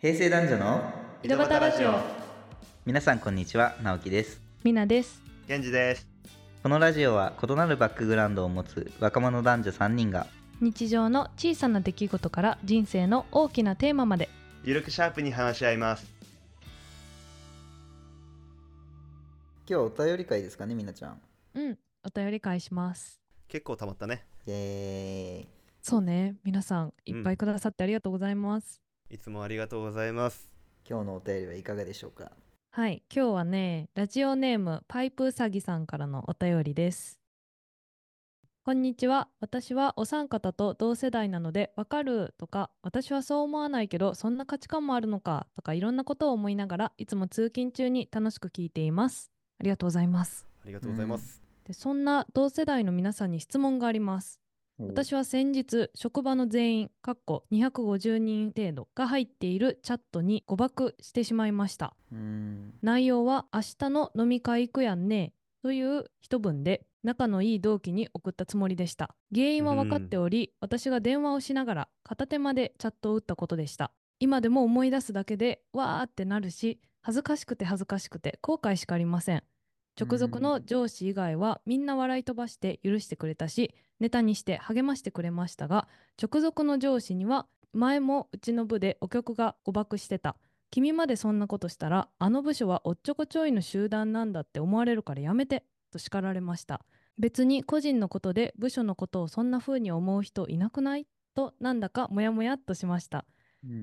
平成男女の井戸端ラジオ皆さんこんにちは直樹ですみなです。源氏ですこのラジオは異なるバックグラウンドを持つ若者男女3人が日常の小さな出来事から人生の大きなテーマまで。ゆるくシャープに話し合います今日はお便り会ですかねみなちゃんうん、お便り返します。結構溜まったねイエーイそうね、皆さんいっぱいくださってありがとうございます。いつもありがとうございます今日のお便りはいかがでしょうかはい、今日はね、ラジオネームパイプうさぎさんからのお便りです。こんにちは。私はお三方と同世代なので、わかるとか、私はそう思わないけど、そんな価値観もあるのかとか、いろんなことを思いながらいつも通勤中に楽しく聞いています。ありがとうございます。ありがとうございます、でそんな同世代の皆さんに質問があります。私は先日職場の全員かっこ250人程度が入っているチャットに誤爆してしまいました。うーん内容は「明日の飲み会行くやんね」という一文で仲のいい同期に送ったつもりでした原因は分かっており、私が電話をしながら片手間でチャットを打ったことでした今でも思い出すだけでわーってなるし恥ずかしくて恥ずかしくて後悔しかありません直属の上司以外はみんな笑い飛ばして許してくれたしネタにして励ましてくれましたが直属の上司には前もうちの部でお曲が誤爆してた君までそんなことしたらあの部署はおっちょこちょいの集団なんだって思われるからやめてと叱られました別に個人のことで部署のことをそんな風に思う人いなくないとなんだかモヤモヤっとしました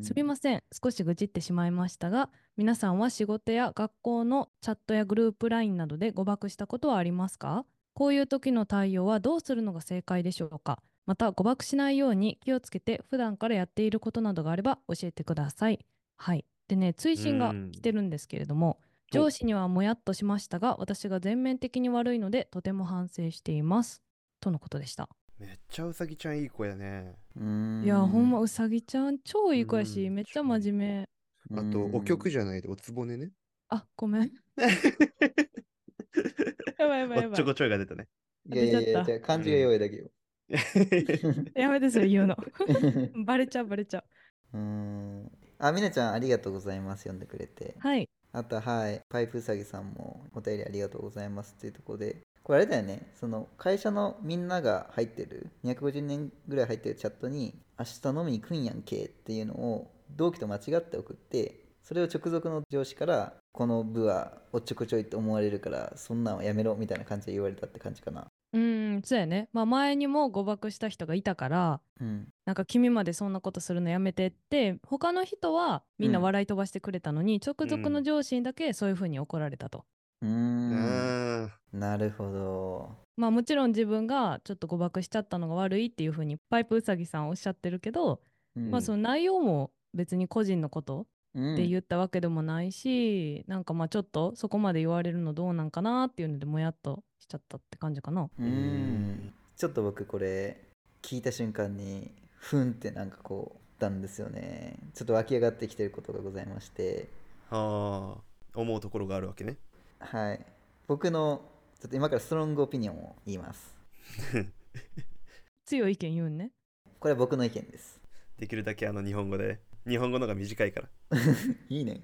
すみません少し愚痴ってしまいましたが皆さんは仕事や学校のチャットやグループ LINE などで誤爆したことはありますかこういう時の対応はどうするのが正解でしょうかまた誤爆しないように気をつけて普段からやっていることなどがあれば教えてくださいはいでね追伸が来てるんですけれどもうんお上司にはもやっとしましたが私が全面的に悪いのでとても反省していますとのことでしためっちゃうさぎちゃんいい子やねうーんいやほんまうさぎちゃん超いい子やしうんめっちゃ真面目あとお曲じゃないでおつぼね ねあごめんやばいやばいおやっばちょいこ。ちょいが出たねいやいやい当やてちじゃあ漢字が弱いだけよ やめてそれ言うの。 バレちゃうバレちゃう。うーんあみなちゃんありがとうございます読んでくれてはい。あとはいパイプうさぎさんもお便りありがとうございますっていうところでこれあれだよねその会社のみんなが入ってる250年ぐらい入ってるチャットに「明日飲みに来んやんけ」っていうのを同期と間違って送ってそれを直属の上司から「この部はおっちょこちょいって思われるからそんなんはやめろ」みたいな感じで言われたって感じかなうーん、そうやね。まあ前にも誤爆した人がいたから、うんなんか君までそんなことするのやめてって、他の人はみんなうん笑い飛ばしてくれたのに、直属うのん上司にだけそういう風に怒られたと。うー うんーんなるほどまあもちろん自分がちょっと誤爆しちゃったのが悪いっていう風にパイプうさぎさんおっしゃってるけど、まあその内容も別に個人のことうんって言ったわけでもないし、なんかまあちょっとそこまで言われるのどうなんかなっていうのでもやっとしちゃったって感じかな。うーんちょっと僕これ聞いた瞬間にふんってなんかこうたんですよねちょっと湧き上がってきてることがございましてはあ思うところがあるわけね はい僕のちょっと今からストロングオピニオンを言います強い意見言うんね。これは僕の意見ですできるだけあの日本語で日本語のが短いからいいね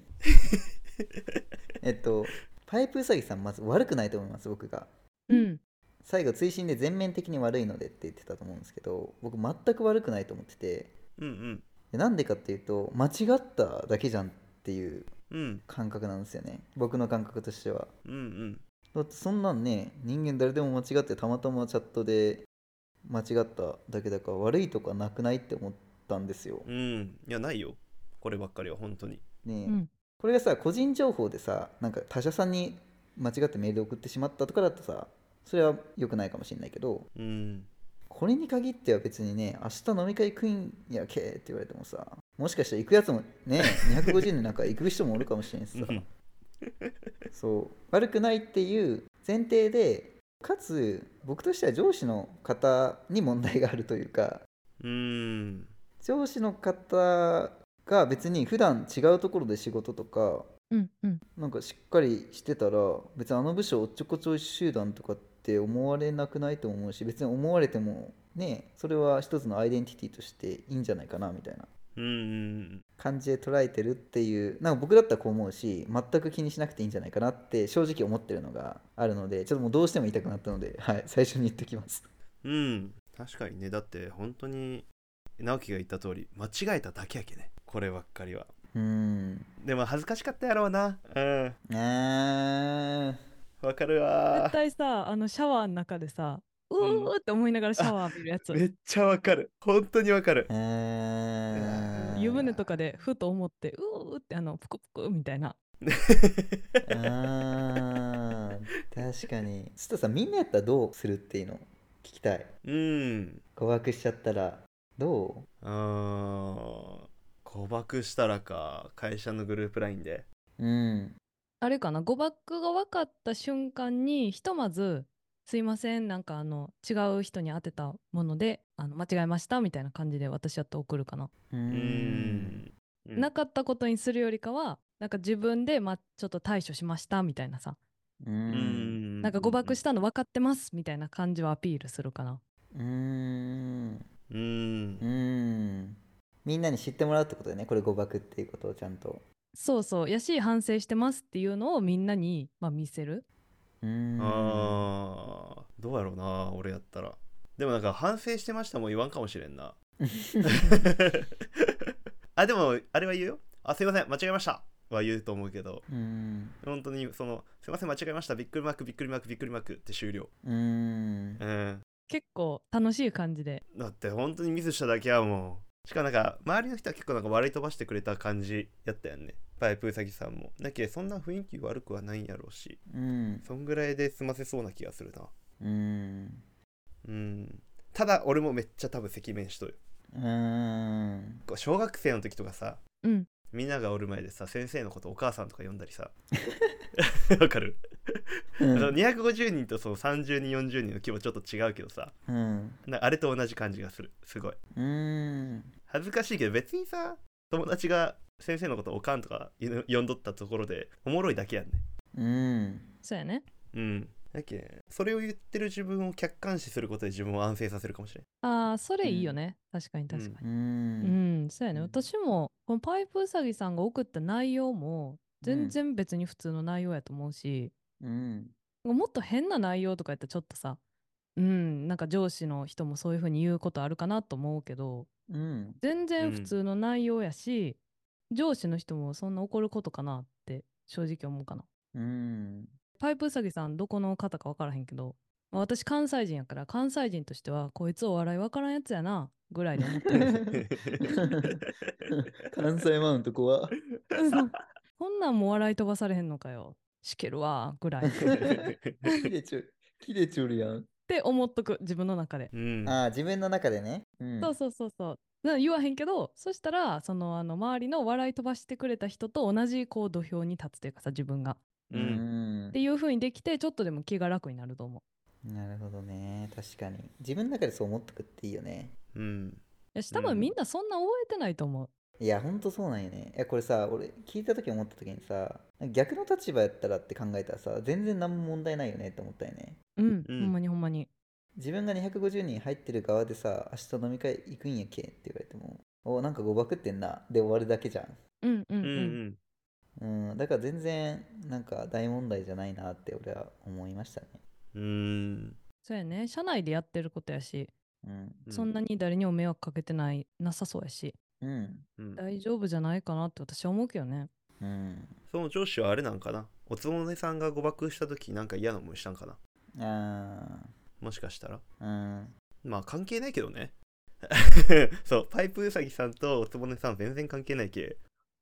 えっとパイプうさぎさんまず悪くないと思います僕がうん。最後追伸で全面的に悪いのでって言ってたと思うんですけど僕全く悪くないと思っててうんでなんでかっていうと間違っただけじゃんっていううんうん感覚なんですよね僕の感覚としてはうんうんだってそんなんね人間誰でも間違ってたまたまチャットで間違っただけだから悪いとかなくないって思ったんですよ、うんいやないよこればっかりは本当にねえうん。これがさ個人情報でさなんか他社さんに間違ってメールで送ってしまったとかだとさそれは良くないかもしれないけどうんこれに限っては別にね明日飲み会行くんやけって言われてもさもしかしたら行くやつもね250人なんか行く人もおるかもしれんしさうんそう悪くないっていう前提でかつ僕としては上司の方に問題があるというかうん上司の方が別に普段違うところで仕事とかうん。うん。なんかしっかりしてたら別にあの部署おっちょこちょい集団とかって思われなくないと思うし別に思われてもねそれは一つのアイデンティティとしていいんじゃないかなみたいなうんうん感じで捉えてるっていうなんか僕だったらこう思うし全く気にしなくていいんじゃないかなって正直思ってるのがあるのでちょっともうどうしても言いたくなったので、はい、最初に言ってきますうん確かにねだって本当に直樹が言った通り間違えただけやけねこればっかりはうーんでも恥ずかしかったやろうなうんあわかるわ絶対さあのシャワーの中でさううんーって思いながらシャワー浴びるやつ、めっちゃわかる本当にわかるーあー湯船とかでふと思ってうーってあのプクプクみたいなあー確かにちょっとさみんなやったらどうするっていうの聞きたい うん告白しちゃったらどあー誤爆したらか会社のグループラインでううんあれかな誤爆が分かった瞬間にひとまず「すいませんなんかあの違う人に当てたものであの間違えました」みたいな感じで私やったら送るかな、うーうんんうんなかったことにするよりかはなんか自分で、ま、ちょっと対処しましたみたいなさ、うーうんんなんか誤爆したの分かってますみたいな感じをアピールするかなうーんううんーんみんなに知ってもらうってことだよねこれ誤爆っていうことをちゃんとそうそうやし反省してますっていうのをみんなに、まあ、見せるうーんあーどうやろうな俺やったらでもなんか反省してましたもん言わんかもしれ んなあでもあれは言うよあすいません間違えましたは言うと思うけどうーん本当にそのすいません間違えましたびっくりマークびっくりマークびっくりマークって終了うーんうん結構楽しい感じでだって本当にミスしただけやもんしかもなんか周りの人は結構なんか笑い飛ばしてくれた感じやったよねパイプウサギさんもだけどそんな雰囲気悪くはないんやろうしうんそんぐらいで済ませそうな気がするなうーんうんただ俺もめっちゃ多分赤面しとるうーんこう小学生の時とかさうんみんながおる前でさ先生のことお母さんとか呼んだりさ わかる、うんあの250人とその30人40人の規模ちょっと違うけどさうんなんかあれと同じ感じがするすごいうーん恥ずかしいけど別にさ友達が先生のことおかんとかいう呼んどったところでおもろいだけやんねうんそうやねうんだっけそれを言ってる自分を客観視することで自分を安静させるかもしれんああそれいいようんね、確かに確かにうーうんん、そうやね、うん私もこのパイプウサギさんが送った内容もう全ん然別に普通の内容やと思うし、うんもっと変な内容とかやったらちょっとさうんなんか上司の人もそういうふうに言うことあるかなと思うけどうん全然う普ん通の内容やし、上司の人もそんな怒ることかなって正直思うかな。うんパイプウサギさんどこの方か分からへんけど、まあ私関西人やから関西人としてはこいつお笑い分からんやつやなぐらいで思って る関西マウント怖そうこんなんも笑い飛ばされへんのかよ。しけるわ、ぐらい。っ切れちょ切れちょるやんて思っとく、自分の中で。うんああ自分の中でねうんそうそうそうそう。な言わへんけど、そしたら、その、あの、周りの笑い飛ばしてくれた人と同じ、こう、土俵に立つというかさ、自分が。ううんんっていう風にできて、ちょっとでも気が楽になると思う。なるほどね確かに自分の中でそう思っとくっていいよねうんやし、多分うんみんなそんな覚えてないと思う。いやほんとそうなんよねいやこれさ俺聞いた時思った時にさ逆の立場やったらって考えたらさ全然何も問題ないよねって思ったよねうん、うんほんまにほんまに。自分が250人入ってる側でさ明日飲み会行くんやけって言われてもおなんか誤爆ってんなで終わるだけじゃんうんうんうう。んんうんだから全然なんか大問題じゃないなって俺は思いましたねうんうんそうやね。社内でやってることやし、うんうそんなに誰にも迷惑かけてない、なさそうやし、うんうん大丈夫じゃないかなって私は思うけどね。うんその上司はあれなんかなおつもねさんが誤爆した時なんか嫌な思いしたんかなあもしかしたらーうんまあ関係ないけどね そうパイプウサギさんとおつぼねさん全然関係ないけ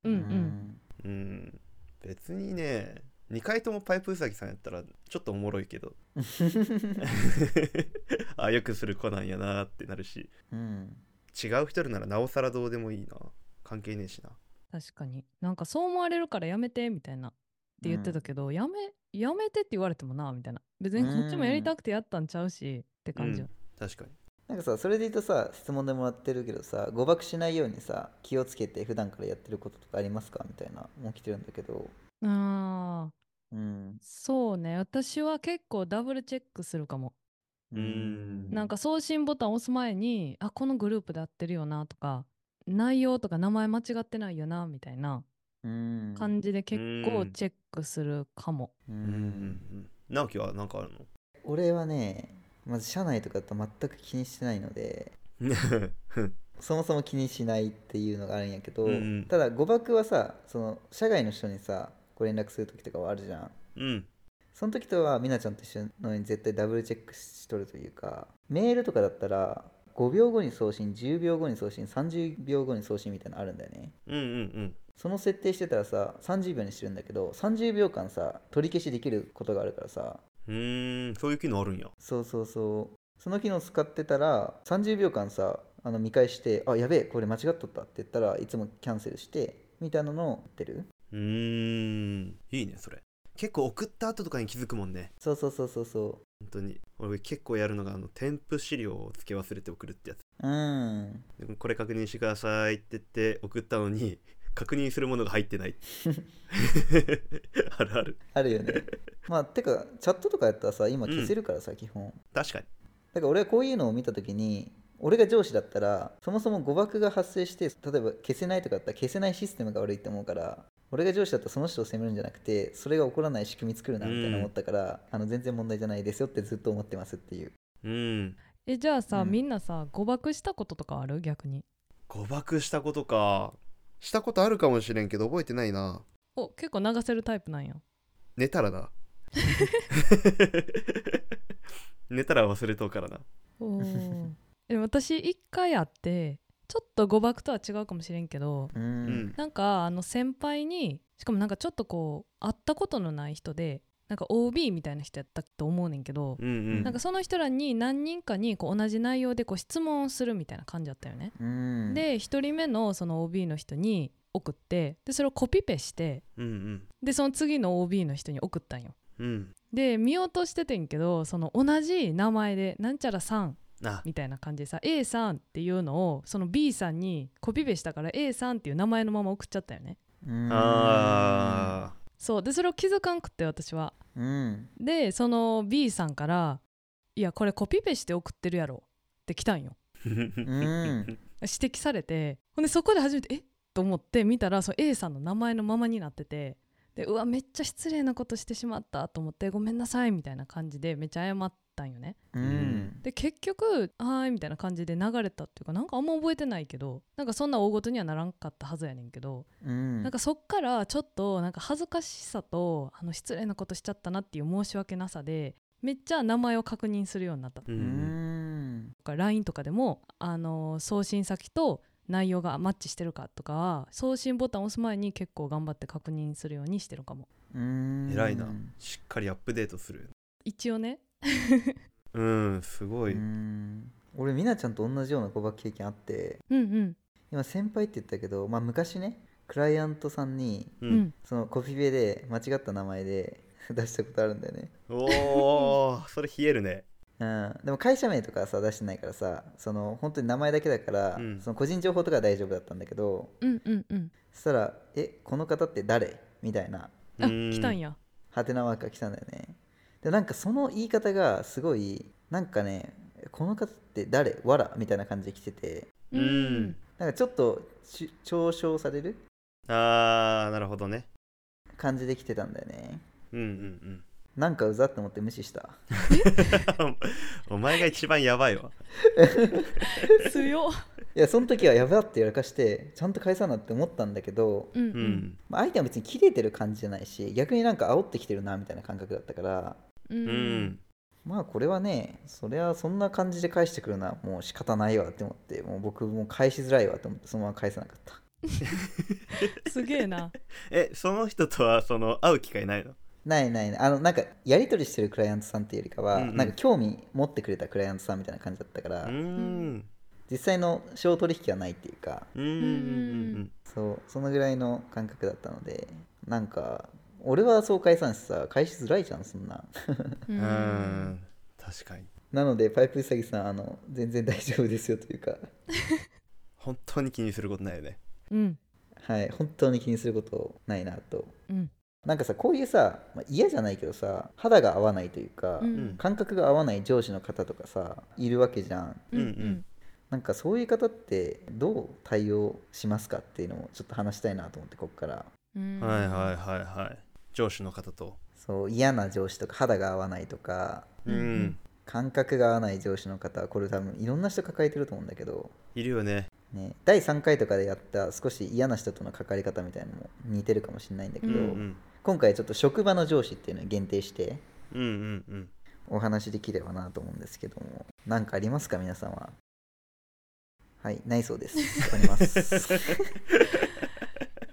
うんうん。うん別にね2回ともパイプウサギさんやったらちょっとおもろいけど あよくする子なんやなってなるしうん、うん違う人ならなおさらどうでもいいな関係ねえしな確かになんかそう思われるからやめてみたいなって言ってたけど、やめやめてって言われてもなみたいな別にこっちもやりたくてやったんちゃうし、って感じよ、確かになんかさそれで言うとさ質問でもらってるけどさ誤爆しないようにさ気をつけて普段からやってることとかありますかみたいなもう来てるんだけどあーうんそうね私は結構ダブルチェックするかも、うーんなんか送信ボタン押す前にあこのグループで合ってるよなとか内容とか名前間違ってないよなみたいなうん感じで結構うんチェックするかも。ううんうんんうん直樹は何かあるの俺はねまず社内とかと全く気にしてないのでそもそも気にしないっていうのがあるんやけど、うんうんただ誤爆はさその社外の人にさご連絡する時とかはあるじゃんうんその時とはみなちゃんと一緒のように絶対ダブルチェックしとるというかメールとかだったら5秒後に送信10秒後に送信30秒後に送信みたいなのあるんだよねうんうんその設定してたらさ30秒にしてるんだけど30秒間さ取り消しできることがあるからさうんうーんそういう機能あるんやそうそうそうその機能使ってたら30秒間さあの見返して「あやべえこれ間違っとった」って言ったらいつもキャンセルしてみたいなのをやってるうーんいいねそれ結構送った後とかに気づくもんねそうそうそうそうそ本当に俺結構やるのがあの添付資料を付け忘れて送るってやつううんでこれ確認してくださいって言って送ったのに 確認するものが入ってない あるあるあるよねまあてかチャットとかやったらさ今消せるからさ、基本確かにだから俺はこういうのを見た時に俺が上司だったらそもそも誤爆が発生して例えば消せないとかだったら消せないシステムが悪いって思うから俺が上司だったらその人を責めるんじゃなくてそれが起こらない仕組み作るなみたいな思ったから、あの全然問題じゃないですよってずっと思ってますっていううんえじゃあさ、うんみんなさ誤爆したこととかある逆に。誤爆したことかしたことあるかもしれんけど覚えてないなお結構流せるタイプなんや。寝たらな 寝たら忘れとうからなおー え私一回あってちょっと誤爆とは違うかもしれんけどううんんなんかあの先輩にしかもなんかちょっとこう会ったことのない人でなんか OB みたいな人やったと思うねんけど、うんうんなんかその人らに何人かにこう同じ内容でこう質問をするみたいな感じだったよね。うんで1人目のその OB の人に送ってでそれをコピペしてうんうんでその次の OB の人に送ったんよ。うんで見落としててんけどその同じ名前でなんちゃらさんあみたいな感じでさ A さんっていうのをその B さんにコピペしたから A さんっていう名前のまま送っちゃったよねうんあそうでそれを気づかんくって私はうんでその B さんから「いやこれコピペして送ってるやろ」って来たんようん指摘されてほんでそこで初めて「えっ?」と思って見たらその A さんの名前のままになっててでうわめっちゃ失礼なことしてしまったと思って「ごめんなさい」みたいな感じでめっちゃ謝ったんよねうんで結局「はーい」みたいな感じで流れたっていうかなんかあんま覚えてないけどなんかそんな大ごとにはならんかったはずやねんけど、うんなんかそっからちょっとなんか恥ずかしさとあの失礼なことしちゃったなっていう申し訳なさでめっちゃ名前を確認するようになったとうんううんんか LINE とかでも、あのー送信先と内容がマッチしてるかとかは送信ボタンを押す前に結構頑張って確認するようにしてるかもうん偉いなしっかりアップデートする一応ねうんすごいうん俺みなちゃんと同じような誤爆経験あってうんうん今先輩って言ったけど、まあ、昔ねクライアントさんにううんんそのコピペで間違った名前で 出したことあるんだよね、おーそれ冷えるねうん、でも会社名とかはさ出してないからさその本当に名前だけだから、うんその個人情報とかは大丈夫だったんだけどうんうんうんそしたら「えこの方って誰?」みたいなあうん来たんやハテナマークが来たんだよねでなんかその言い方がすごいなんかね「この方って誰わら」みたいな感じで来ててうんなんかちょっとち嘲笑されるあーなるほどね感じで来てたんだよねうんうんなんかうざって思って無視したうん お前が一番やばいわ強っいやその時はやばってやらかしてちゃんと返さなって思ったんだけど、うんうんうんまあ、相手は別に切れてる感じじゃないし逆になんか煽ってきてるなみたいな感覚だったからううんんまあこれはねそりゃそんな感じで返してくるのはもう仕方ないわって思ってもう僕もう返しづらいわと思ってそのまま返さなかったすげえなえその人とはその会う機会ないのないないないあのなんかやり取りしてるクライアントさんっていうよりかは、うんうんなんか興味持ってくれたクライアントさんみたいな感じだったかうら、ん実際の商取引はないっていうかうんうんそうそのぐらいの感覚だったのでなんか俺はそう返さんしさ返しづらいじゃんそんなううんうんん確かになのでパイプウサギさんあの全然大丈夫ですよというか本当に気にすることないよねうんはい本当に気にすることないなとうんなんかさこういうさ、まあ嫌じゃないけどさ肌が合わないというか、うんん感覚が合わない上司の方とかさいるわけじゃんうんううんんなんかそういう方ってどう対応しますかっていうのもちょっと話したいなと思ってこっからうんはいはいはいはい上司の方とそう嫌な上司とか肌が合わないとかうん、うん感覚が合わない上司の方はこれ多分いろんな人抱えてると思うんだけど、いるよねね、第3回とかでやった少し嫌な人との関わり方みたいなのも似てるかもしれないんだけど、うんうん今回ちょっと職場の上司っていうのに限定してうんうんうんお話しできればなと思うんですけども何かありますか皆さんははいないそうです終わります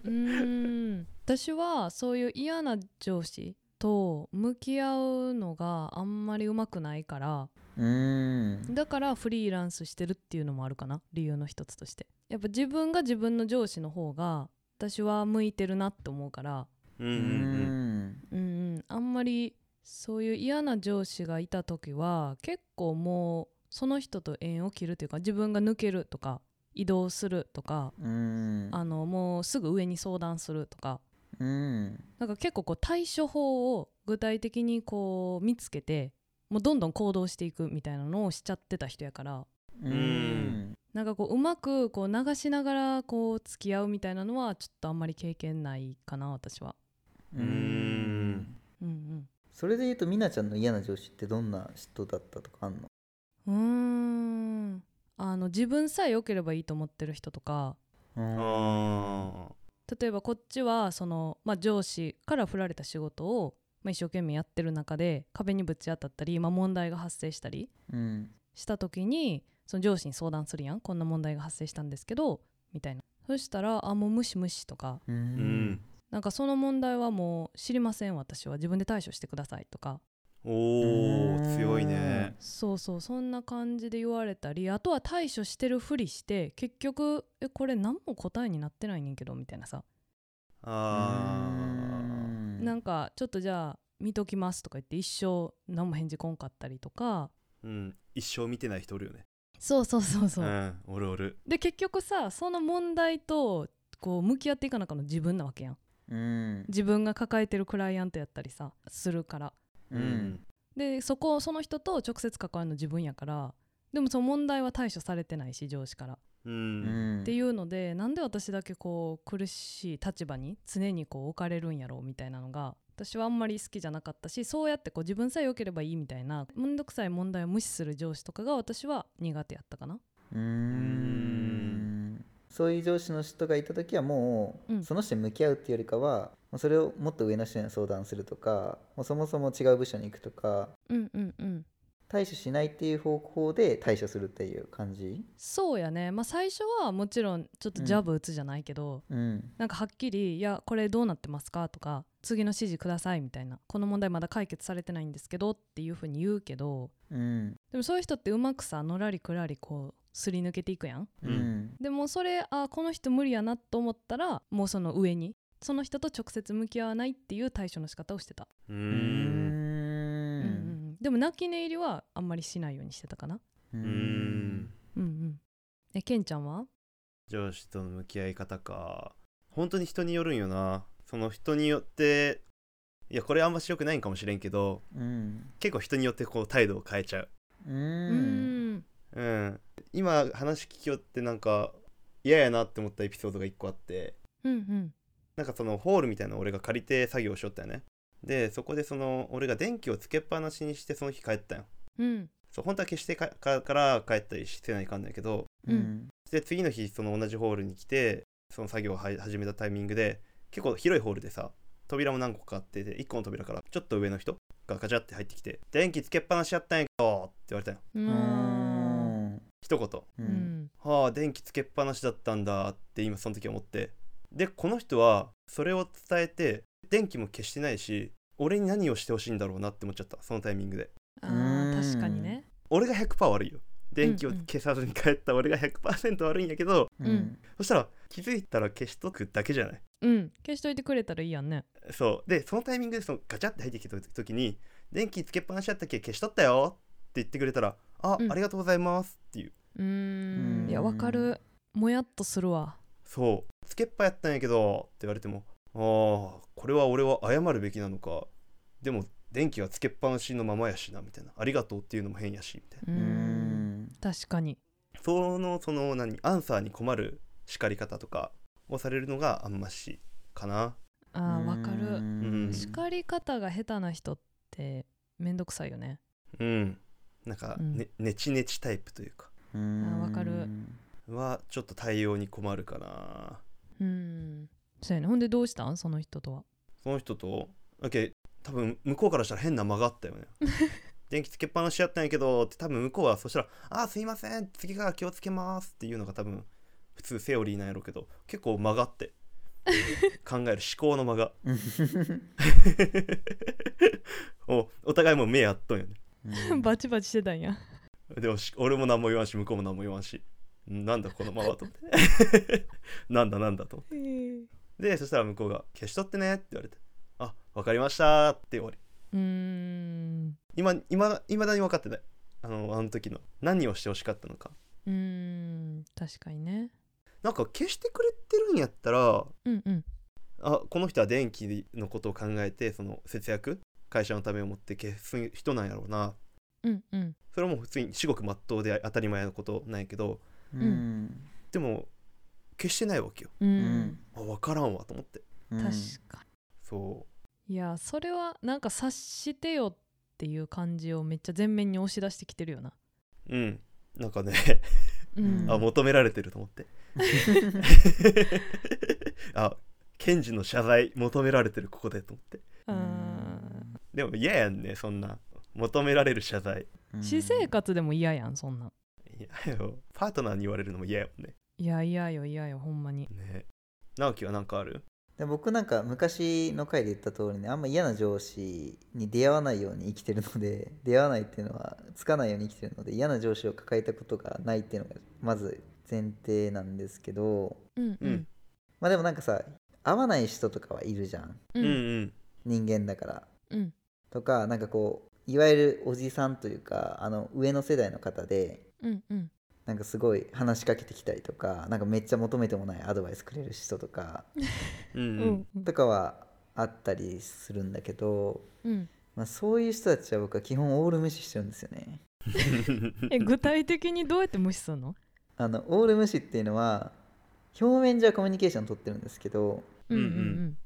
うーん私はそういう嫌な上司と向き合うのがあんまりうまくないからうーんだからフリーランスしてるっていうのもあるかな理由の一つとしてやっぱ自分が自分の上司の方が私は向いてるなって思うからうんうーうんんうんうんあんまりそういう嫌な上司がいた時は結構もうその人と縁を切るというか自分が抜けるとか移動するとかうーんあのもうすぐ上に相談するとかうーんなんか結構こう対処法を具体的にこう見つけてもうどんどん行動していくみたいなのをしちゃってた人やからうーんなんかこううまくこう流しながらこう付き合うみたいなのはちょっとあんまり経験ないかな私は。うーうーんんうんそれで言うとみなちゃんの嫌な上司ってどんな人だったとかあんのうん、うーんあの自分さえ良ければいいと思ってる人とかううんんあ例えばこっちはその、まあ、上司から振られた仕事を、まあ、一生懸命やってる中で壁にぶち当たったり、まあ、問題が発生したりうんした時にその上司に相談するやんこんな問題が発生したんですけどみたいなそしたら「あもう無視無視」とかうーうん「なんかその問題はもう知りません私は自分で対処してください」とかおうーん強いねそうそうそんな感じで言われたりあとは対処してるふりして結局「えこれ何も答えになってないねんけど」みたいなさ、あーんなんかちょっとじゃあ見ときますとか言って一生何も返事こんかったりとかうん一生見てない人おるよねそうそうそうそうう、んおるおるで結局さその問題とこう向き合っていかなかの自分なわけやんうん自分が抱えてるクライアントやったりさするからうんでそこその人と直接関わるの自分やからでもその問題は対処されてないし上司から、ううんんっていうのでなんで私だけこう苦しい立場に常にこう置かれるんやろうみたいなのが私はあんまり好きじゃなかったしそうやってこう自分さえ良ければいいみたいなめんどくさい問題を無視する上司とかが私は苦手やったかなうーんそういう上司の人がいた時はもう、うんその人に向き合うっていうよりかはもうそれをもっと上の人に相談するとかもうそもそも違う部署に行くとかうんうんうん対処しないっていう方向で対処するっていう感じそうやねまあ最初はもちろんちょっとジャブ打つじゃないけど、うんなんかはっきり「いやこれどうなってますか?」とか「次の指示ください」みたいな「この問題まだ解決されてないんですけど」っていうふうに言うけどうんでもそういう人ってうまくさのらりくらりこうすり抜けていくやんううんんでもそれあこの人無理やなと思ったらもうその上にその人と直接向き合わないっていう対処の仕方をしてた、ううんうんんうんうんでも泣き寝入りはあんまりしないようにしてたかなううんんうんうんえケンちゃんは上司との向き合い方か本当に人によるんよなその人によっていやこれあんまし良くないんかもしれんけどうん結構人によってこう態度を変えちゃうううんんうん今話聞きよってなんか嫌やなって思ったエピソードが1個あってうんうんなんかそのホールみたいなのを俺が借りて作業しよったよねでそこでその俺が電気をつけっぱなしにしてその日帰ったんようんそう本当は消してかかから帰ったりしてないかんだけどうんで次の日その同じホールに来てその作業をは始めたタイミングで結構広いホールでさ扉も何個かあって1個の扉からちょっと上の人がガチャって入ってきて「電気つけっぱなしやったんやけど」って言われたよううん一言ううんん「はあ電気つけっぱなしだったんだ」って今その時思ってでこの人はそれを伝えて電気も消してないし俺に何をしてほしいんだろうなって思っちゃったそのタイミングであうーん確かにね俺が100%悪いよ電気をうんうん消さずに帰った俺が100%悪いんやけど、うんそしたら気づいたら消しとくだけじゃないうん消しといてくれたらいいやんねそうでそのタイミングでそのガチャって入ってきた時に「電気つけっぱなしだったっけ消しとったよ」って言ってくれたら「あ、うんありがとうございます」っていううーうんんいやわかるもやっとするわそう「つけっぱやったんやけど」って言われても「ああこれは俺は謝るべきなのかでも電気はつけっぱなしのままやしな」みたいな「ありがとう」っていうのも変やしみたいなうーん確かにそのその何アンサーに困る叱り方とかをされるのがあんましかなあーわかうーるうんん叱り方が下手な人ってめんどくさいよねうんなんかうんね,、ねちねちタイプというかうーんあわかるはちょっと対応に困るかなうんそうやねほんでどうしたんその人とはその人と OK 多分向こうからしたら変な間があったよね電気つけっぱなしやったんやけどって多分向こうはそしたら「あーすいません次から気をつけます」っていうのが多分普通セオリーなんやろうけど結構間があって考える思考の間がおお互いもう目やっとんよねうん バチバチしてたんやでもし俺も何も言わんし向こうも何も言わんしんなんだこのままと 思ってなんだなんだと思うんってでそしたら向こうが「消しとってね」って言われて「あわかりました」って終わりうん今今いまだに分かってないあのあの時の何をしてほしかったのかうん確かにねなんか消してくれてるんやったらうんうんあこの人は電気のことを考えてその節約会社のためを持って消す人なんやろうなうんうんそれはもう普通に至極真っ当で当たり前のことなんやけどうんでも消してないわけよううんんあ分からんわと思ってうん確かそうにいやそれはなんか察してよっていう感じをめっちゃ前面に押し出してきてるよなうんなんかねう んあ求められてると思って あ検事の謝罪求められてるここでと思ってうでも嫌やんねそんな求められる謝罪うん私生活でも嫌やんそんなん嫌よパートナーに言われるのも嫌やもんねいや嫌よ嫌よほんまにね直樹は何かあるで僕なんか昔の回で言った通りねあんま嫌な上司に出会わないように生きてるので 出会わないっていうのはつかないように生きてるので嫌な上司を抱えたことがないっていうのがまず前提なんですけどうんうんまあでもなんかさ合わない人とかはいるじゃんううんうんん人間だからうんとかなんかこういわゆるおじさんというかあの上の世代の方でうんうんなんかすごい話しかけてきたりとかなんかめっちゃ求めてもないアドバイスくれる人とかうんううんんとかはあったりするんだけど、うんまあ、そういう人たちは僕は基本オール無視してるんですよねえ具体的にどうやって無視するのあのオール無視っていうのは表面上はコミュニケーション取ってるんですけどうんうん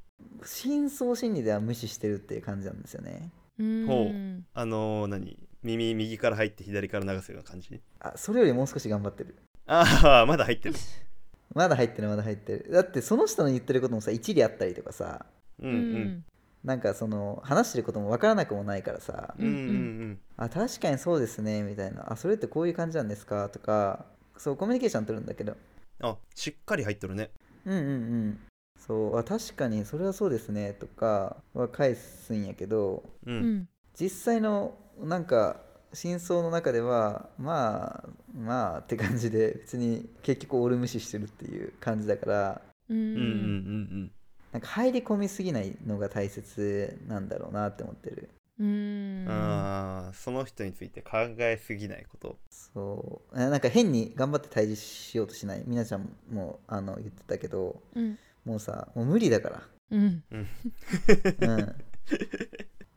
深層心理では無視してるっていう感じなんですよねうんうんほううん あのー何耳右から入って左から流すような感じあそれよりもう少し頑張ってるああまだ入ってるまだ入ってるまだ入ってるだってその人の言ってることもさ一理あったりとかさううんんうんなんかその話してることも分からなくもないからさうんうんあ確かにそうですねみたいなあそれってこういう感じなんですかとかそうコミュニケーション取るんだけどうんあしっかり入っとるねうんうんうんそうあ確かにそれはそうですねとかは返すんやけどううんん実際のなんか真相の中ではまあまあって感じで別に結局オール無視してるっていう感じだからううんうんうんんなんか入り込みすぎないのが大切なんだろうなって思ってるううんんああその人について考えすぎないことそうえなんか変に頑張って対峙しようとしないみなちゃんもあの言ってたけどうんもうさもう無理だかうんら、うん、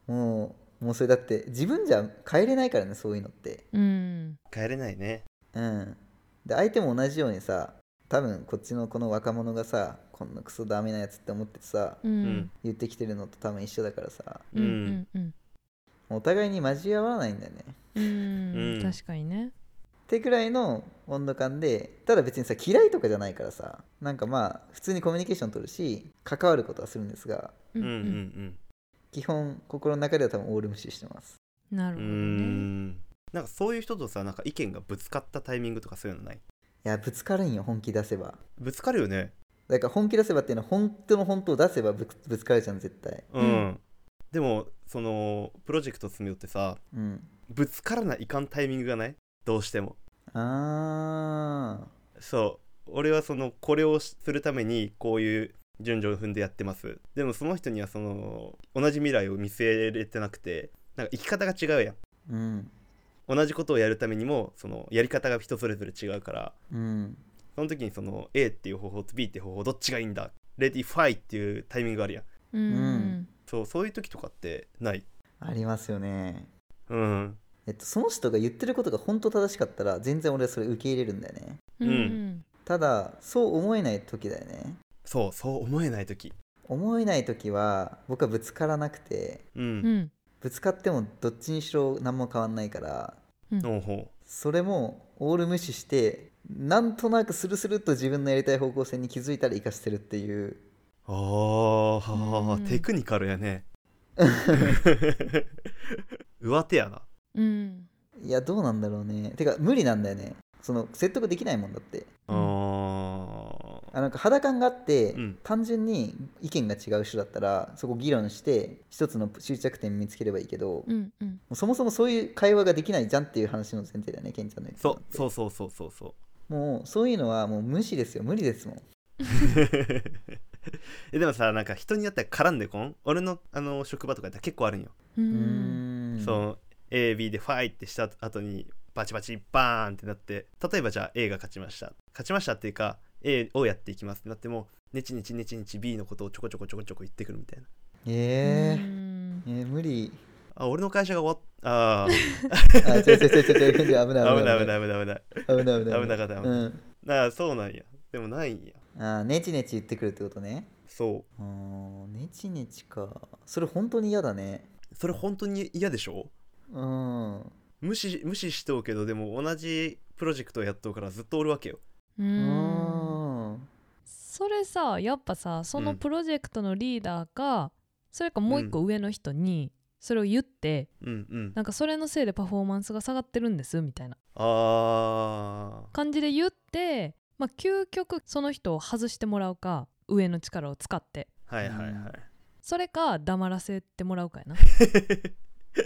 もうもうそれだって自分じゃ変えれないからねそういうのってうん帰れないねうんで相手も同じようにさ多分こっちのこの若者がさこんなクソダメなやつって思ってさううんん言ってきてるのと多分一緒だからさうんうんうんお互いに交わらないんだよねうんうん確かにねってくらいの温度感でただ別にさ嫌いとかじゃないからさなんかまあ普通にコミュニケーション取るし関わることはするんですがううんうんん基本心の中では多分オール無視してますなうんるうほどねんなんかそういう人とさなんか意見がぶつかったタイミングとかそういうのないいやぶつかるんよ本気出せばぶつかるよねだから本気出せばっていうのは本当の本当を出せばぶぶつかるじゃん絶対うん、うんでもそのプロジェクト進めよってさうんぶつからないかんタイミングがないどうしてもああそう俺はそのこれをするためにこういう順序を踏んでやってますでもその人にはその同じ未来を見据えれてなくてなんか生き方が違うやんうん同じことをやるためにもそのやり方が人それぞれ違うからうんその時にその A っていう方法と B っていう方法どっちがいいんだレディファイっていうタイミングがあるやんうんうんそうそういう時とかってないありますよねうんえっと、その人が言ってることが本当正しかったら全然俺はそれ受け入れるんだよねうんただそう思えない時だよねそうそう思えない時思えない時は僕はぶつからなくてううんんぶつかってもどっちにしろ何も変わんないからおうほそれもオール無視してなんとなくスルスルっと自分のやりたい方向性に気づいたら生かしてるっていう うあうんあテクニカルや ね上手やなうんいやどうなんだろうねてか無理なんだよねその説得できないもんだってあーあなんか肌感があって、うん単純に意見が違う人だったらそこ議論して一つの終着点見つければいいけど、もうんうんうそもそもそういう会話ができないじゃんっていう話の前提だよねケンちゃんの言ってたそのっうてそうそうそうそう そうもうそういうのはもう無視ですよ無理ですもんえでもさなんか人によっては絡んでこん俺のあの職場とかやったら結構あるんよ、ううんーんその AB でファイってした後にバチバチバーンってなって例えばじゃあ A が勝ちました勝ちましたっていうか A をやっていきますってなってもネチネチネチネチ B のことをちょこちょこちょこちょこ言ってくるみたいなえーうんえー無理あ俺の会社が終わったあーあ違う違う違う違う違う危 ない危危ないない危ないい危ない危ない危ない危ない危なかった危なかったうんなあそうなんやでもないんやあーネチネチ言ってくるってことねそううーんネチネチかそれ本当に嫌だねそれ本当に嫌でしょうん無視無視しとうけどでも同じプロジェクトをやっとうからずっとおるわけよううんんそれさやっぱさそのうんプロジェクトのリーダーか、それかもう一個上の人にそれを言って、うんうんなんかそれのせいでパフォーマンスが下がってるんですみたいなあー感じで言って、まあ、究極その人を外してもらうか上の力を使ってはいはいはい、それか黙らせてもらうかやな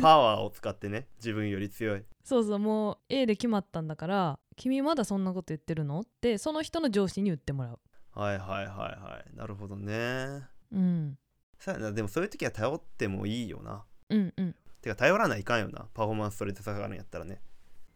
パワーを使ってね自分より強いそうそうもう A で決まったんだから君まだそんなこと言ってるのってその人の上司に言ってもらうはいはいはいはいなるほどねうんさあなでもそういう時は頼ってもいいよなうんうんてか頼らないかんよなパフォーマンスそれで下がるんやったらね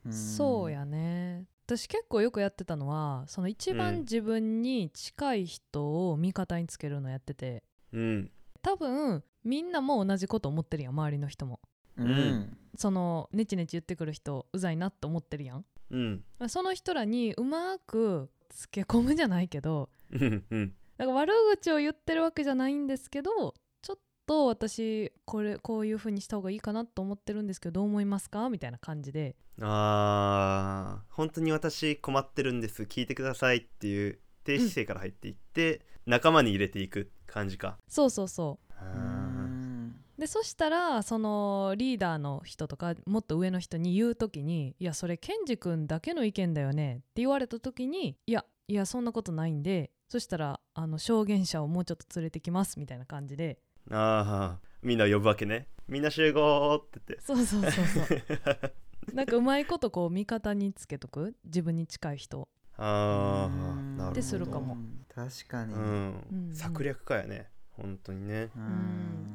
うんそうやね私結構よくやってたのはその一うん番自分に近い人を味方につけるのやっててうん多分みんなも同じこと思ってるやん周りの人もうん、うんそのネチネチ言ってくる人うざいなって思ってるやんうんまあその人らにうまくつけ込むじゃないけどうんうんなんか悪口を言ってるわけじゃないんですけどちょっと私これこういう風にした方がいいかなと思ってるんですけどどう思いますかみたいな感じであー本当に私困ってるんです聞いてくださいっていう低姿勢から入っていって、仲間に入れていく感じかそうそうそううあんでそしたらそのリーダーの人とかもっと上の人に言う時に「いやそれケンジ君だけの意見だよね」って言われた時に「いやいやそんなことないんでそしたらあの証言者をもうちょっと連れてきます」みたいな感じでーあーみんな呼ぶわけねみんな集合って言ってそうそうそうそう なんかうまいことこう味方につけとく自分に近い人 ああうんなるほどでするかも確かうに、ん、うん策略家やね本当にねうん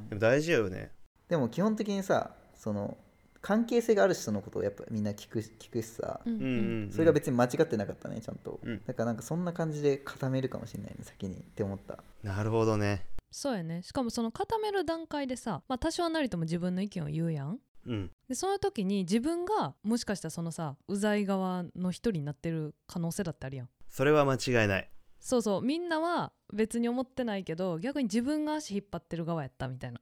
んでも大事やよねでも基本的にさその関係性がある人のことをやっぱみんな聞く聞くしさ、うんうんううんんそれが別に間違ってなかったねちゃんと、うんだからなんかそんな感じで固めるかもしれないね先にって思ったなるほどねそうやねしかもその固める段階でさ、まあ、多少なりとも自分の意見を言うやんうんでその時に自分がもしかしたらそのさうざい側の一人になってる可能性だってあるやんそれは間違いないそうそうみんなは別に思ってないけど逆に自分が足引っ張ってる側やったみたいな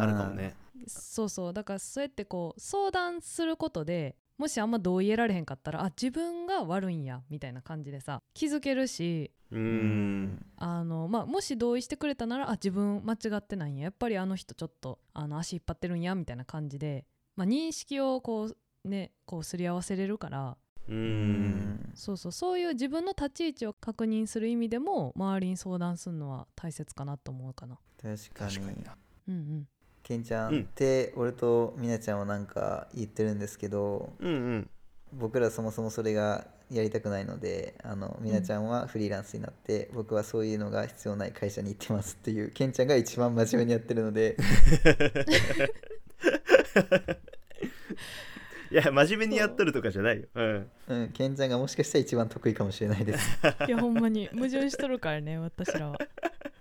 ああーあるかもねそうそうだからそうやってこう相談することでもしあんま同意得られへんかったらあ自分が悪いんやみたいな感じでさ気づけるしうーうんあの、まあ、もし同意してくれたならあ自分間違ってないんややっぱりあの人ちょっとあの足引っ張ってるんやみたいな感じで、まあ、認識をこうねこうすり合わせれるからうーうんそうそうそういう自分の立ち位置を確認する意味でも周りに相談するのは大切かなと思うかな。確かに確かになうんうんケンちゃん、うんって俺とミナちゃんはなんか言ってるんですけどうんうん僕らそもそもそれがやりたくないのであのみなちゃんはフリーランスになって、僕はそういうのが必要ない会社に行ってますっていうケンちゃんが一番真面目にやってるのでいや真面目にやっとるとかじゃないようんうんケンちゃんがもしかしたら一番得意かもしれないです、いやほんまに矛盾しとるからね私らは。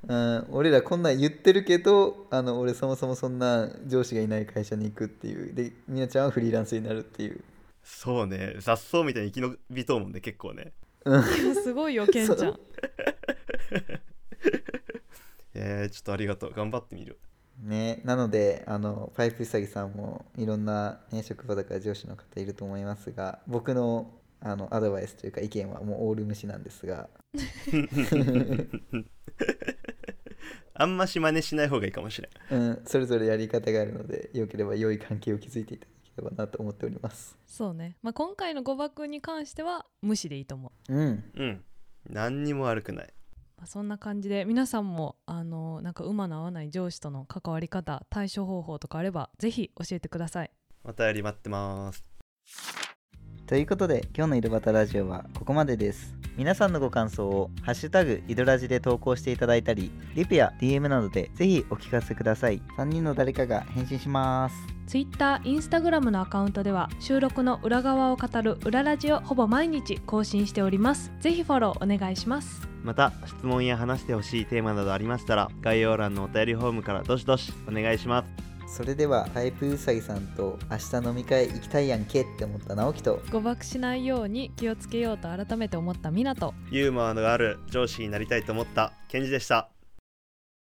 うん、俺らこんなん言ってるけどあの俺そもそもそんな上司がいない会社に行くっていうでみなちゃんはフリーランスになるっていうそうね雑草みたいに生き延びとうもんね結構ね すごいよケンちゃそんうえー、ちょっとありがとう頑張ってみるねなのであのパイプうさぎさんもいろんな、ね、職場だから上司の方いると思いますが僕のあのアドバイスというか意見はもうオール無視なんです があんまし真似しない方がいいかもしれんうん、それぞれやり方があるので、よければ良い関係を築いていただければなと思っております。そうね、まあ、今回の誤爆に関しては無視でいいと思うう、ん、うん何にも悪くないまあ、そんな感じで皆さんもあのなんか馬の合わない上司との関わり方対処方法とかあればぜひ教えてくださいお便り待ってますということで、今日の井戸端ラジオはここまでです。皆さんのご感想を「ハッシュタグ井戸ラジ」で投稿していただいたり、リプや DM などでぜひお聞かせください。3人の誰かが返信します。 Twitter、Instagram のアカウントでは収録の裏側を語る裏ラジをほぼ毎日更新しておりますぜひフォローお願いしますまた質問や話してほしいテーマなどありましたら概要欄のお便りフォームからどしどしお願いしますそれでは、パイプうさぎさんと明日飲み会行きたいやんけって思った直樹と、誤爆しないように気をつけようと改めて思った湊ユーモアのある上司になりたいと思ったケンジでした